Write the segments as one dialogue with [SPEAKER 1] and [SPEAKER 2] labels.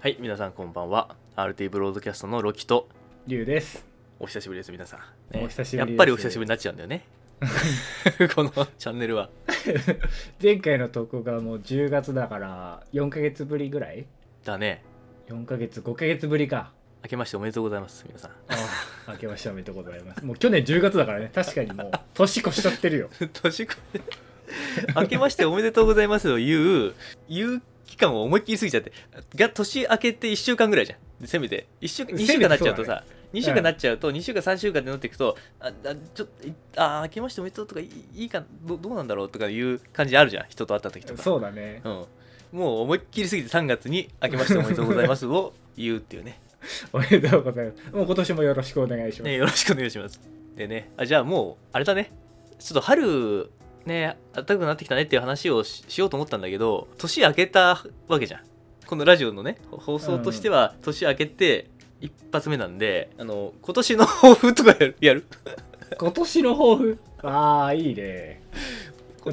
[SPEAKER 1] はい皆さんこんばんは RT ブロードキャストのロキと
[SPEAKER 2] リュウです。
[SPEAKER 1] お久しぶりです皆さん、ね
[SPEAKER 2] お久しぶりです
[SPEAKER 1] やっぱりお久しぶりになっちゃうんだよね このチャンネルは
[SPEAKER 2] 前回の投稿がもう10月だから4ヶ月ぶりぐらい
[SPEAKER 1] だね
[SPEAKER 2] ?4 ヶ月、5ヶ月ぶりか。
[SPEAKER 1] 明けましておめでとうございます皆さん
[SPEAKER 2] ああ、明けましておめでとうございます。もう去年10月だからね、確かにもう年越しちゃってるよ。
[SPEAKER 1] 年越し明けましておめでとうございますを言う言う期間を思いっきり過ぎちゃってが年明けて1週間ぐらいじゃんせめて1週2週間なっちゃうと
[SPEAKER 2] せめてそうだ
[SPEAKER 1] さ2週間なっちゃうと2週間3週間ってなっていくとああちょっとあ明けましておめでとうとかいいいいかどどうなんだろうとかいう感じあるじゃん人と会った時とか
[SPEAKER 2] そうだね。
[SPEAKER 1] うん、もう思いっきり過ぎて3月に「明けましておめでとうございます」を言うっていう ね
[SPEAKER 2] おめでとうございます。もう今年もよろしくお願いします。
[SPEAKER 1] ねよろしくお願いしますでねあじゃあもうあれだねちょっと春ね暖かくなってきたねっていう話をししようと思ったんだけど年明けたわけじゃんこのラジオのねほ放送としては年明けて一発目なんで、あの今年の抱負とかやるやる
[SPEAKER 2] 今年の抱負ああ、いいね。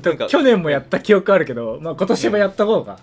[SPEAKER 1] なんか
[SPEAKER 2] 去年もやった記憶あるけど、まあ今年もやった方が。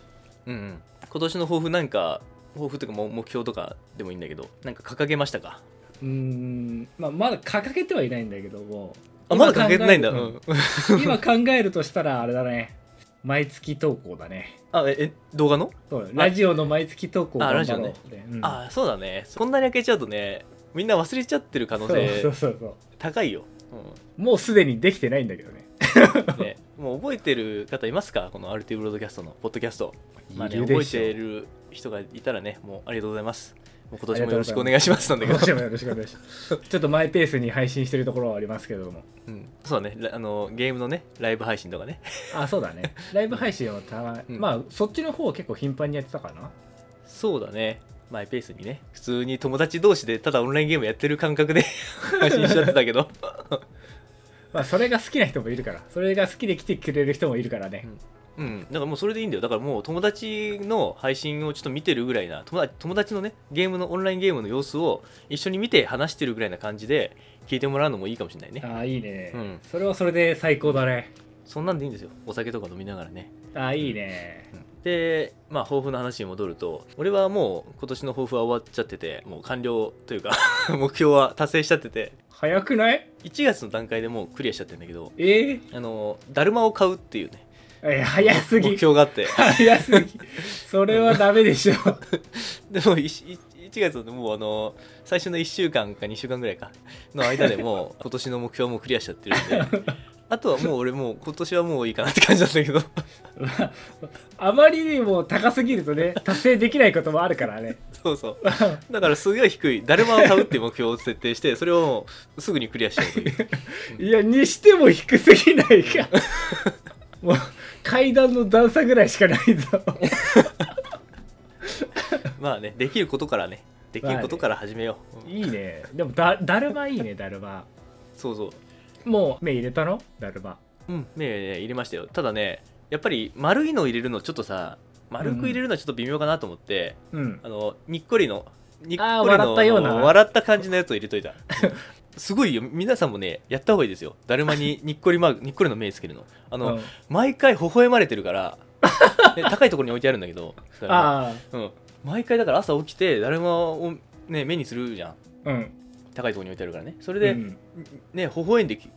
[SPEAKER 1] うんうん、今年の抱負なんか抱負とかも目標とかでもいいんだけどなんか掲げましたか
[SPEAKER 2] うーん、まあまだ掲げてはいないんだけども。
[SPEAKER 1] あまだ掲げてないんだ、う
[SPEAKER 2] 今考える
[SPEAKER 1] ん、
[SPEAKER 2] 今考えるとしたらあれだね毎月投稿だね
[SPEAKER 1] あええ動画の
[SPEAKER 2] そうだラジオの毎月投稿
[SPEAKER 1] あ
[SPEAKER 2] 頑張ろう
[SPEAKER 1] ラジオね
[SPEAKER 2] うん
[SPEAKER 1] あそうだねこんなに開けちゃうとねみんな忘れちゃってる可
[SPEAKER 2] そ
[SPEAKER 1] 能
[SPEAKER 2] うそう
[SPEAKER 1] 性
[SPEAKER 2] そうそ
[SPEAKER 1] 高いよ、
[SPEAKER 2] うもうすでにできてないんだけどね
[SPEAKER 1] うんね、もう覚えてる方いますかこの RT ブロードキャストのポッドキャスト、まあね、
[SPEAKER 2] いる
[SPEAKER 1] 覚
[SPEAKER 2] で
[SPEAKER 1] え
[SPEAKER 2] しょ
[SPEAKER 1] てる人がいたらねもうありがとうございますもう今年
[SPEAKER 2] あ
[SPEAKER 1] も
[SPEAKER 2] りがとうございます
[SPEAKER 1] よろしくお願いしますなんだけ
[SPEAKER 2] 今
[SPEAKER 1] ど
[SPEAKER 2] 年もよろしくお願いしますちょっとマイペースに配信してるところはありますけど も
[SPEAKER 1] うん、そうだねらあのゲームのねライブ配信とかね
[SPEAKER 2] あそうだねライブ配信はたま、
[SPEAKER 1] うん
[SPEAKER 2] まあそっちの方は結構頻繁にやってたかな
[SPEAKER 1] そうだねマイペースにね普通に友達同士でただオンラインゲームやってる感覚で 配信しちゃってたけど
[SPEAKER 2] まあそれが好きな人もいるからそれが好きで来てくれる人もいるからね、
[SPEAKER 1] うん、だからもうそれでいいんだよだからもう友達の配信をちょっと見てるぐらいな友達友達のねゲームのオンラインゲームの様子を一緒に見て話してるぐらいな感じで聞いてもらうのもいいかもしれないね
[SPEAKER 2] ああいいね、
[SPEAKER 1] うん
[SPEAKER 2] それはそれで最高だね
[SPEAKER 1] そんなんでいいんですよお酒とか飲みながらね、
[SPEAKER 2] ああいいね、
[SPEAKER 1] でまあ抱負の話に戻ると俺はもう今年の抱負は終わっちゃっててもう完了というか 目標は達成しちゃってて
[SPEAKER 2] 早くない
[SPEAKER 1] 1月の段階でもうクリアしちゃってるんだけど
[SPEAKER 2] えー
[SPEAKER 1] あのだるまを買うっていうね
[SPEAKER 2] え早すぎ
[SPEAKER 1] 目標があって
[SPEAKER 2] 早すぎそれはダメでしょ
[SPEAKER 1] でも 1, 月のもうあの最初の1週間か2週間ぐらいかの間でもう今年の目標もクリアしちゃってるんであとはもう俺もう今年はもういいかなって感じなんだけど
[SPEAKER 2] あまりにも高すぎるとね達成できないこともあるからね
[SPEAKER 1] そうそうだからすごい低いだるまを買うっていう目標を設定してそれをもうすぐにクリアしちゃうという
[SPEAKER 2] いやにしても低すぎな いかもう階段の段差ぐらいしかない ぞ
[SPEAKER 1] まあねできることからねできることから始めよう、うん
[SPEAKER 2] いいねでもだだるまいいねだるま
[SPEAKER 1] そうそう
[SPEAKER 2] もう目入れたのだるま
[SPEAKER 1] うんねえねえ入れましたよただねやっぱり丸いのを入れるのちょっとさ丸く入れるのはちょっと微妙かなと思って、
[SPEAKER 2] うん
[SPEAKER 1] あのにっこりのにっこり
[SPEAKER 2] あー
[SPEAKER 1] の
[SPEAKER 2] 笑ったような
[SPEAKER 1] あの笑った感じのやつを入れといた すごいよ皆さんもねやった方がいいですよだるまににっこりマークにっこりの目つけるのあの、
[SPEAKER 2] うん
[SPEAKER 1] 毎回微笑まれてるから ね高いところに置いてあるんだけどだるま
[SPEAKER 2] あ
[SPEAKER 1] うん、毎回だから朝起きてだるまを、ね、目にするじゃん
[SPEAKER 2] あうん
[SPEAKER 1] 高いところに置いてあるからねそれで、
[SPEAKER 2] で、うん
[SPEAKER 1] ね微笑んでき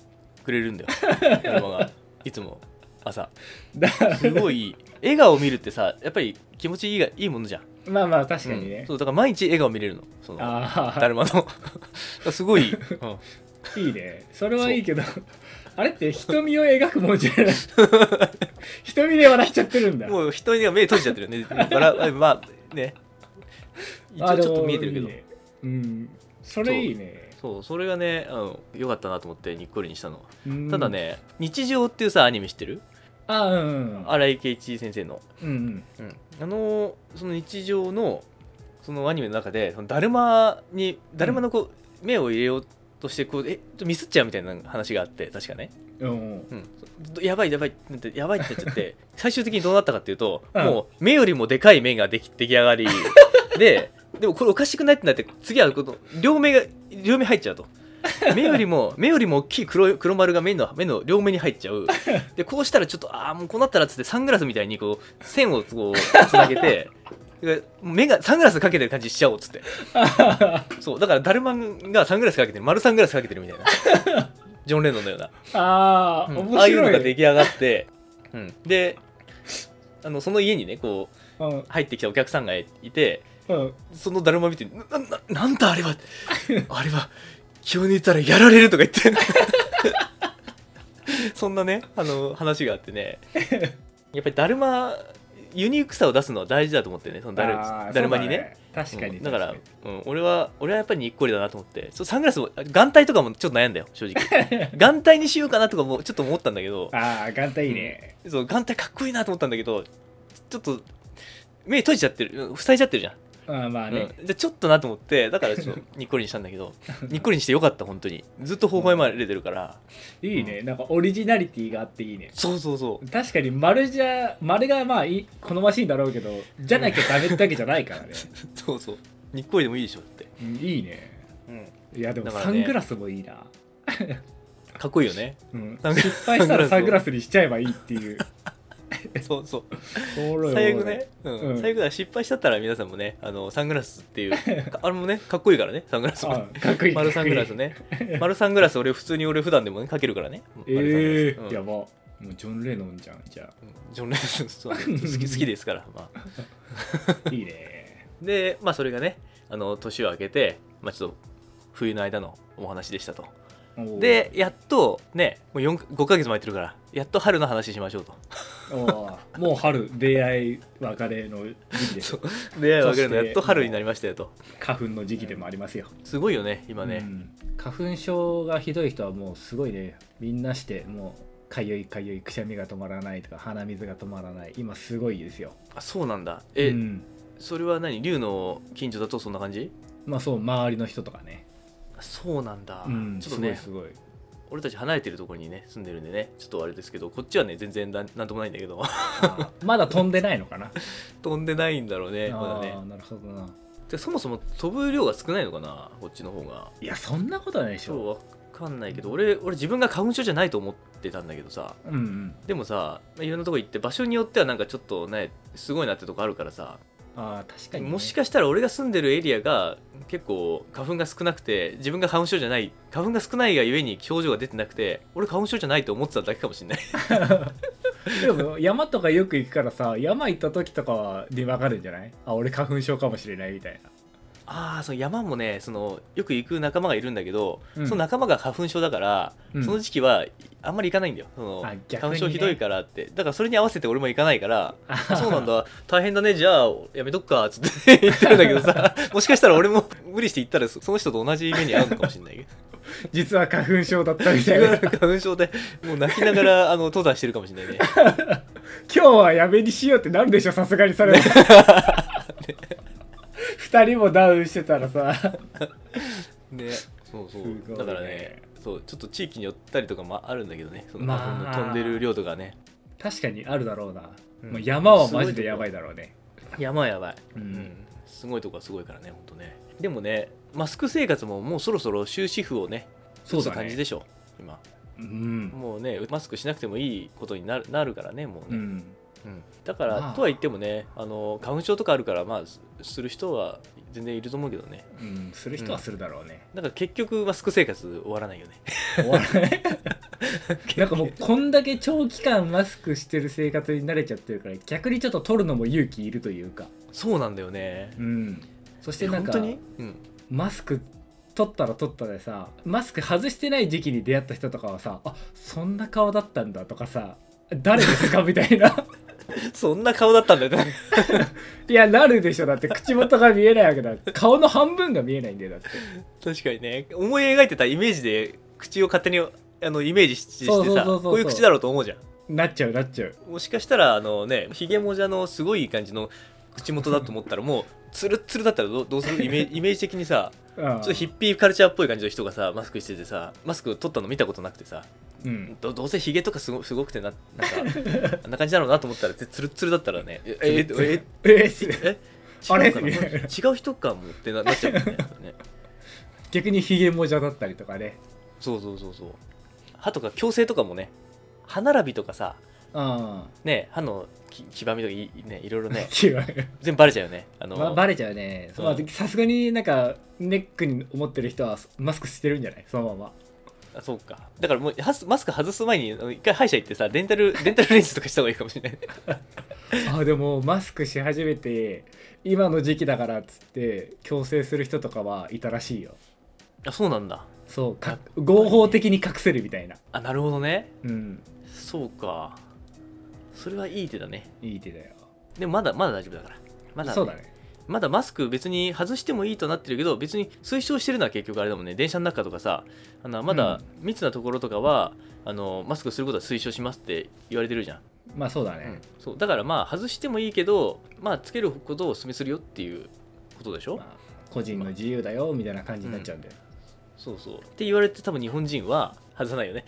[SPEAKER 1] くれるんだよ だるまがいつも朝
[SPEAKER 2] だ
[SPEAKER 1] すごい笑顔を見るってさやっぱり気持ちいいがいいものじゃん
[SPEAKER 2] まあまあ確かに
[SPEAKER 1] うん
[SPEAKER 2] ね、
[SPEAKER 1] そうだから毎日笑顔見れるのその
[SPEAKER 2] あ
[SPEAKER 1] だ
[SPEAKER 2] あ
[SPEAKER 1] るまの すごい、うん
[SPEAKER 2] いいねそれはいいけどあれって瞳を描くもんじゃない瞳で笑っちゃってるん だ
[SPEAKER 1] もう人には目閉じちゃってるよね笑うまあね一
[SPEAKER 2] あ
[SPEAKER 1] 応
[SPEAKER 2] で
[SPEAKER 1] ちょ
[SPEAKER 2] も
[SPEAKER 1] っと見えてるけど
[SPEAKER 2] いいねうんそれいいね
[SPEAKER 1] そうそれがねうん良かったなと思ってにっこりにしたの
[SPEAKER 2] うん
[SPEAKER 1] ただね「日常」っていうさアニメ知ってる
[SPEAKER 2] あうんうん
[SPEAKER 1] 荒井圭一先生の、
[SPEAKER 2] うんうん
[SPEAKER 1] うん、あのその日常のそのアニメの中でそのだるまにだるまのこう目を入れようとしてこうえちょっとミスっちゃうみたいな話があって確かね
[SPEAKER 2] うんうん
[SPEAKER 1] うん、やばいやばいってなってやばいってなっちゃって 最終的にどうなったかっていうと、
[SPEAKER 2] うん
[SPEAKER 1] もう目よりもでかい目ができ出来上 がりででもこれおかしくないってなって次はこの両目が両目入っちゃうと目より も目よりも大きい黒い黒丸が目の目の両目に入っちゃうでこうしたらちょっとああもうこうなったらっつってサングラスみたいにこう線をこうつなげて目がサングラスかけてる感じしちゃおうっつ ってそうだからダルマンがサングラスかけてる丸サングラスかけてるみたいなジョン・レノンのような、
[SPEAKER 2] ああ、
[SPEAKER 1] うん
[SPEAKER 2] 面
[SPEAKER 1] ああいうの
[SPEAKER 2] 白い
[SPEAKER 1] が出来上が って、うん、であのその家にねこう
[SPEAKER 2] うん
[SPEAKER 1] 入ってきたお客さんがいて
[SPEAKER 2] うん
[SPEAKER 1] そのだるま見て「なななんだあ れはあれは気を抜いたらやられる」とか言って そんなねあの話があって ねやっぱりだるまユニークさを出すのは大事だと思ってねそのだる
[SPEAKER 2] あー
[SPEAKER 1] だるまにね
[SPEAKER 2] そうだ確かに、
[SPEAKER 1] うんだから
[SPEAKER 2] 確か、
[SPEAKER 1] うん、俺は俺はやっぱりにっこりだなと思ってそうサングラスも眼帯とかもちょっと悩んだよ正 直眼帯にしようかなとかもちょっと思ったんだけど
[SPEAKER 2] にああ眼帯いいね、
[SPEAKER 1] そう眼帯かっこいいなと思ったんだけどちょっと目閉じちゃってるうん塞いじゃってるじゃん
[SPEAKER 2] ああまあね、
[SPEAKER 1] うん、でちょっとなと思ってだからち ょっとにっこりにしたんだけどにっこりにしてよかった本当にずっと微笑まれてるから、
[SPEAKER 2] いいねなんかオリジナリティがあっていいね
[SPEAKER 1] そうそうそう
[SPEAKER 2] 確かに丸じゃ丸がまあいい好ましいんだろうけどじゃなきゃダメってわけじゃないからね、
[SPEAKER 1] そうそうにっこりでもいいでしょって、
[SPEAKER 2] うんいいねいやでも
[SPEAKER 1] だから
[SPEAKER 2] サ
[SPEAKER 1] ね
[SPEAKER 2] ングラスもいいな、
[SPEAKER 1] かっこいいよね
[SPEAKER 2] うん、
[SPEAKER 1] サングラス
[SPEAKER 2] 失敗したらサングラスにしちゃえばいいっていう
[SPEAKER 1] そうそう
[SPEAKER 2] おもろいおもろ い
[SPEAKER 1] 最悪ね、うん
[SPEAKER 2] うん
[SPEAKER 1] 最悪だ失敗しちゃったら皆さんもねあのサングラスって いうかあれもねかっこいいからねサングラスも
[SPEAKER 2] あかっこいい
[SPEAKER 1] 丸サングラス ね丸サングラス俺普通に俺普段でもねかけるからね丸
[SPEAKER 2] ええ
[SPEAKER 1] サングラス
[SPEAKER 2] ー
[SPEAKER 1] うん
[SPEAKER 2] やばもうジョン・レノンじゃんじゃ
[SPEAKER 1] ジョン・レノンそう好き好きですからまあ
[SPEAKER 2] あいい ね
[SPEAKER 1] で、まあ、それがねあの年を明けて、まあ、ちょっと冬の間のお話でしたと
[SPEAKER 2] おー
[SPEAKER 1] でやっとねもう4 5ヶ月も空いてるからやっと春の話しましょうと
[SPEAKER 2] おーもう春出会い別れの時期です
[SPEAKER 1] そう出会いを分けるの
[SPEAKER 2] そして
[SPEAKER 1] やっと春になりましたよと
[SPEAKER 2] 花粉の時期でもありますよ、
[SPEAKER 1] すごいよね今
[SPEAKER 2] う
[SPEAKER 1] ね、
[SPEAKER 2] ん花粉症がひどい人はもうすごいねみんなしてもうかゆいかゆいくしゃみが止まらないとか鼻水が止まらない今すごいですよ
[SPEAKER 1] あそうなんだえ、
[SPEAKER 2] うん、
[SPEAKER 1] それは何龍の近所だとそんな感じ
[SPEAKER 2] まあそう周りの人とかね
[SPEAKER 1] そうなんだ、
[SPEAKER 2] うん
[SPEAKER 1] ちょっとね
[SPEAKER 2] すごいす
[SPEAKER 1] 俺たち離れてるところにね住んでるんでねちょっとあれですけどこっちはね全然なんなんともないんだけど
[SPEAKER 2] ごいあーまだ飛んでないの かな
[SPEAKER 1] 飛んでないんだろうねまだ
[SPEAKER 2] あー
[SPEAKER 1] ね
[SPEAKER 2] なるほどな
[SPEAKER 1] てかそもそも飛ぶ量が少ないのかなこっちの方が
[SPEAKER 2] いやそんなことはないでし
[SPEAKER 1] そう
[SPEAKER 2] ょ
[SPEAKER 1] わかんないけど俺俺自分が花粉症じゃないと思ってたんだけどさ
[SPEAKER 2] うんうん
[SPEAKER 1] でもさまあいろんなとこ行って場所によってはなんかちょっとねすごいなってとこあるからさ、
[SPEAKER 2] あー確かにね、
[SPEAKER 1] もしかしたら俺が住んでるエリアが結構花粉が少なくて自分が花粉症じゃない花粉が少ないがゆえに症状が出てなくて俺花粉症じゃないと思ってただけかもしれない
[SPEAKER 2] で も山とかよく行くからさ山行った時とかはで分かるんじゃないあ俺花粉症かもしれないみたいな
[SPEAKER 1] ああその山もねそのよく行く仲間がいるんだけど、
[SPEAKER 2] うん
[SPEAKER 1] その仲間が花粉症だから、
[SPEAKER 2] うん
[SPEAKER 1] その時期はあんまり行かないんだよその、
[SPEAKER 2] あ逆に
[SPEAKER 1] 花粉
[SPEAKER 2] ね
[SPEAKER 1] 症ひどいからってだからそれに合わせて俺も行かない から
[SPEAKER 2] あ
[SPEAKER 1] あそうなんだ大変だねじゃあやめとくかっつって 言ってるんだけどさもしかしたら俺も無理して行ったらそその人と同じ目に遭うのかもしれない け
[SPEAKER 2] 実は花粉症だったみたい
[SPEAKER 1] ど
[SPEAKER 2] な
[SPEAKER 1] 花粉症でもう泣きながらあの登山してるかもし れないね
[SPEAKER 2] 今日はやめにしようってなるでしょさすがに それは二人もダウンしてたらさ
[SPEAKER 1] ねそうそ
[SPEAKER 2] すごいね
[SPEAKER 1] うだからねそうちょっと地域によったりとかもあるんだけどねその花粉の飛んでる量とかね、
[SPEAKER 2] 確かにあるだろうな、
[SPEAKER 1] うん
[SPEAKER 2] もう山はマジでやばいだろうね
[SPEAKER 1] 山はやばい、
[SPEAKER 2] うん
[SPEAKER 1] すごいとこはすごいからねほんとねでもねマスク生活ももうそろそろ終止符をね打つ感じでしょ今
[SPEAKER 2] うん、
[SPEAKER 1] もうねマスクしなくてもいいことになるなるからねもうね、
[SPEAKER 2] うん、
[SPEAKER 1] だから、
[SPEAKER 2] まあ
[SPEAKER 1] とは言ってもねあの花粉症とかあるからまあすする人は全然いると思うけどね
[SPEAKER 2] うん、する人はするだろうね、
[SPEAKER 1] だから結局マスク生活終わらないよね
[SPEAKER 2] 終わらないなんかもうこんだけ長期間マスクしてる生活に慣れちゃってるから逆にちょっと取るのも勇気いるというか
[SPEAKER 1] そうなんだよね
[SPEAKER 2] うんそしてなん
[SPEAKER 1] 本
[SPEAKER 2] か
[SPEAKER 1] 当に、 うん、
[SPEAKER 2] マスク取ったら取ったでさマスク外してない時期に出会った人とかはさあそんな顔だったんだとかさ誰ですかみたいな
[SPEAKER 1] そんな顔だったんだよね
[SPEAKER 2] いやなるでしょだって口元が見えないわけだ顔の半分が見えないんだよだって
[SPEAKER 1] 確かにね思い描いてたイメージで口を勝手にあのイメージしして
[SPEAKER 2] そうそうそう
[SPEAKER 1] さ
[SPEAKER 2] そうそう
[SPEAKER 1] こういう口だろうと思うじゃん
[SPEAKER 2] なっちゃうなっちゃう
[SPEAKER 1] もしかしたらあのねひげもじゃのすごい感じの口元だと思ったらもうつるつるだったらどうどうするイメー ジイメージ的にさ
[SPEAKER 2] うん
[SPEAKER 1] ちょっとヒッピーカルチャーっぽい感じの人がさマスクしててさマスク取ったの見たことなくてさ
[SPEAKER 2] うん
[SPEAKER 1] どどうせヒゲとかすごすごくてななん かあんな感じだろうなと思ったらつつるつるだったらねえええ
[SPEAKER 2] え
[SPEAKER 1] ええ
[SPEAKER 2] あれ
[SPEAKER 1] 違うかな違う人かもってななっちゃうもんねね
[SPEAKER 2] 逆にヒゲもじゃだったりとかね
[SPEAKER 1] そうそうそうそう歯とか矯正とかもね歯並びとかさ
[SPEAKER 2] うん
[SPEAKER 1] ね歯のき黄ばみとかい,、ね、いろいろ ね
[SPEAKER 2] 違う
[SPEAKER 1] 全部バレちゃうよねあの、
[SPEAKER 2] まバレちゃうねそう
[SPEAKER 1] うん
[SPEAKER 2] さすがになんかネックに思ってる人はマスクしてるんじゃないそのまま
[SPEAKER 1] あそうかだからもうはすマスク外す前にあの一回歯医者行ってさデンタルデ ンタルレンズとかした方がいいかもしれないね
[SPEAKER 2] あでもマスクし始めて今の時期だからっつって強制する人とかはいたらしいよ
[SPEAKER 1] あそうなんだ
[SPEAKER 2] そう
[SPEAKER 1] や
[SPEAKER 2] か
[SPEAKER 1] っぱ
[SPEAKER 2] 合法的に隠せるみたいな
[SPEAKER 1] あなるほどね
[SPEAKER 2] うん
[SPEAKER 1] そうかそれはいい手だね
[SPEAKER 2] いい手だよ、
[SPEAKER 1] でもまだまだ大丈夫だからまだ,、
[SPEAKER 2] そうだね
[SPEAKER 1] まだマスク別に外してもいいとなってるけど別に推奨してるのは結局あれだもんね電車の中とかさあのまだ密なところとかは、あのマスクすることは推奨しますって言われてるじゃん
[SPEAKER 2] まあそうだ
[SPEAKER 1] う
[SPEAKER 2] ね
[SPEAKER 1] ん、そうだからまあ外してもいいけど、まあ、つけることをお勧めするよっていうことでしょ、
[SPEAKER 2] まあ個人の自由だよみたいな感じになっちゃうんだよ、
[SPEAKER 1] そうそうって言われて多分日本人は外さないよね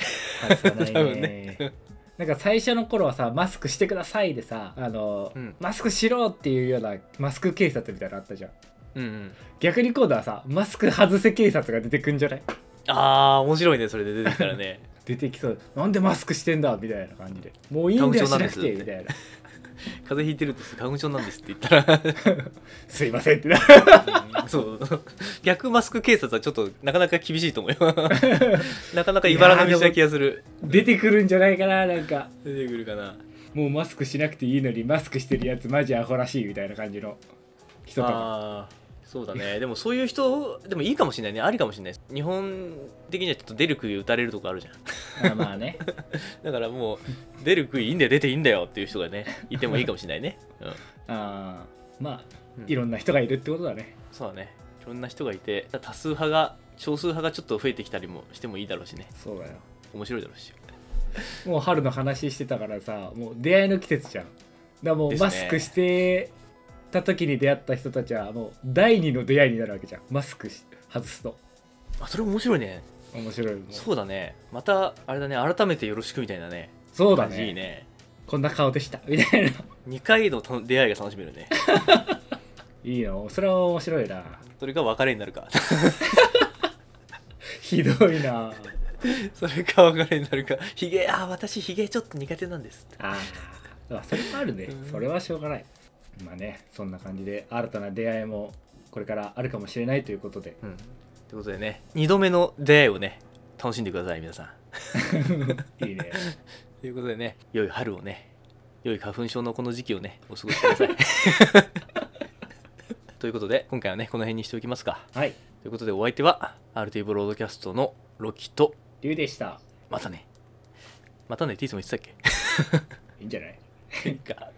[SPEAKER 2] 外さない
[SPEAKER 1] 多
[SPEAKER 2] ね
[SPEAKER 1] 分
[SPEAKER 2] なんか最初の頃はさマスクしてくださいでさあの、
[SPEAKER 1] うん
[SPEAKER 2] マスクしろっていうようなマスク警察みたいなのあったじゃん
[SPEAKER 1] うん、うん、
[SPEAKER 2] 逆に今度はさマスク外せ警察が出てくんじゃない
[SPEAKER 1] あー面白いねそれで出てきたら ね
[SPEAKER 2] 出てきそうなんでマスクしてんだみたいな感じでもういいんだよし
[SPEAKER 1] 花
[SPEAKER 2] な
[SPEAKER 1] 粉
[SPEAKER 2] く
[SPEAKER 1] 症なんです
[SPEAKER 2] てみたいな
[SPEAKER 1] 風邪ひいてるんです花粉症なんですって言ったら
[SPEAKER 2] すいませんってな
[SPEAKER 1] そう逆マスク警察はちょっとなかなか厳しいと思う よなかなか茨の道な気がする
[SPEAKER 2] 出てくるんじゃないかななんか
[SPEAKER 1] 出てくるかな
[SPEAKER 2] もうマスクしなくていいのにマスクしてるやつマジアホらしいみたいな感じの人とか
[SPEAKER 1] あーそうだねでもそういう人でもいいかもしれないねありかもしれない日本的にはちょっと出る杭打たれるとこあるじゃん
[SPEAKER 2] あまあね
[SPEAKER 1] だからもう出る杭いいんだよ出ていいんだよっていう人がねいてもいいかもしれないね、うん、
[SPEAKER 2] あーまあ
[SPEAKER 1] うん
[SPEAKER 2] いろんな人がいるってことだね
[SPEAKER 1] そうだねいろんな人がいて多数派が少数派がちょっと増えてきたりもしてもいいだろうしね
[SPEAKER 2] そうだよ
[SPEAKER 1] 面白いだろうし
[SPEAKER 2] もう春の話してたからさもう出会いの季節じゃんだからもう
[SPEAKER 1] ですね
[SPEAKER 2] マスクしてた時に出会った人たちはもう第二の出会いになるわけじゃんマスクし外すと
[SPEAKER 1] あそれ面白いね
[SPEAKER 2] 面白いもん
[SPEAKER 1] そうだねまたあれだね改めてよろしくみたいなね
[SPEAKER 2] そうだ
[SPEAKER 1] 感じ
[SPEAKER 2] ね
[SPEAKER 1] いいね
[SPEAKER 2] こんな顔でしたみたいな
[SPEAKER 1] 2回のた出会いが楽しめるね
[SPEAKER 2] いいよそれは面白いな
[SPEAKER 1] それが別れになるか
[SPEAKER 2] ひどいな
[SPEAKER 1] それか別れになるかひげあー私ひげちょっと苦手なんです
[SPEAKER 2] あーまあそれもあるね
[SPEAKER 1] うん
[SPEAKER 2] それはしょうがないまあねそんな感じで新たな出会いもこれからあるかもしれないということで
[SPEAKER 1] うんということでね2度目の出会いをね楽しんでください皆さん
[SPEAKER 2] い いね
[SPEAKER 1] ということでね良い春をね良い花粉症のこの時期をねお過ごしく ださいということで今回はねこの辺にしておきますか
[SPEAKER 2] はい
[SPEAKER 1] ということでお相手は RTV ロードキャストのロキと
[SPEAKER 2] リュウでした
[SPEAKER 1] またねまたねティースも言ってたっけ
[SPEAKER 2] いいんじゃない
[SPEAKER 1] いいか